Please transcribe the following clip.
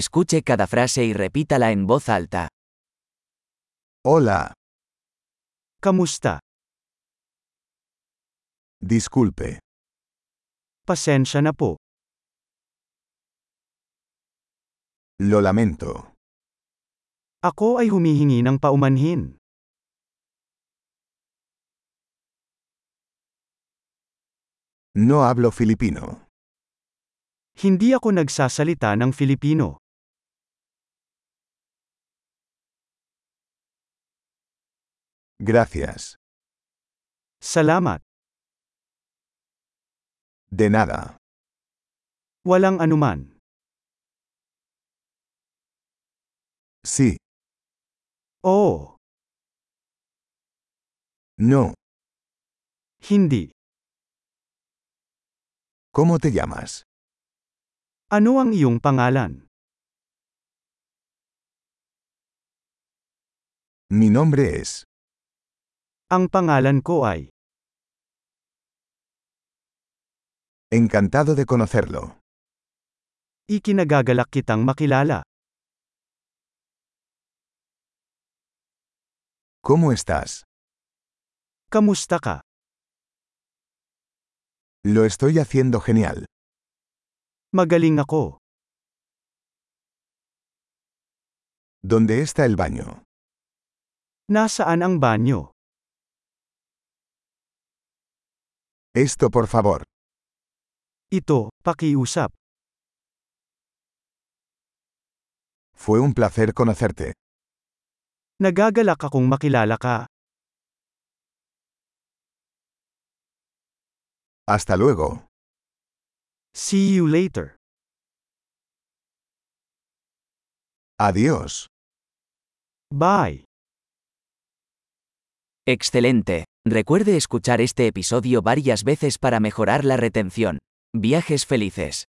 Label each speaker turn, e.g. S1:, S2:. S1: Escuche cada frase y repítala en voz alta.
S2: Hola,
S3: Kamusta?
S2: disculpe,
S3: Pasensya na po.
S2: lo lamento.
S3: Ako ay humihingi ng paumanhin.
S2: No hablo filipino.
S3: Hindi ako nagsasalita ng Filipino.
S2: Gracias.
S3: Salamat.
S2: De nada.
S3: Walang anuman.
S2: Sí,
S3: Oo.
S2: no.
S3: Hindi.
S2: ¿Cómo te llamas?
S3: Ano ang iyong pangalan?
S2: Mi nombre es.
S3: Ang pangalan ko ay.
S2: Encantado de conocerlo.
S3: Ikinagagalak kitang makilala.
S2: ¿Cómo estás?
S3: Kamusta ka?
S2: Lo estoy haciendo genial.
S3: Magaling ako.
S2: ¿Dónde está el baño?
S3: Nasaan ang banyo?
S2: Esto, por favor.
S3: Ito, pakiusap.
S2: Fue un placer conocerte.
S3: Nagagalak akong makilala ka.
S2: Hasta luego.
S3: See you later.
S2: Adiós.
S3: Bye.
S1: Excelente. Recuerde escuchar este episodio varias veces para mejorar la retención. Viajes felices.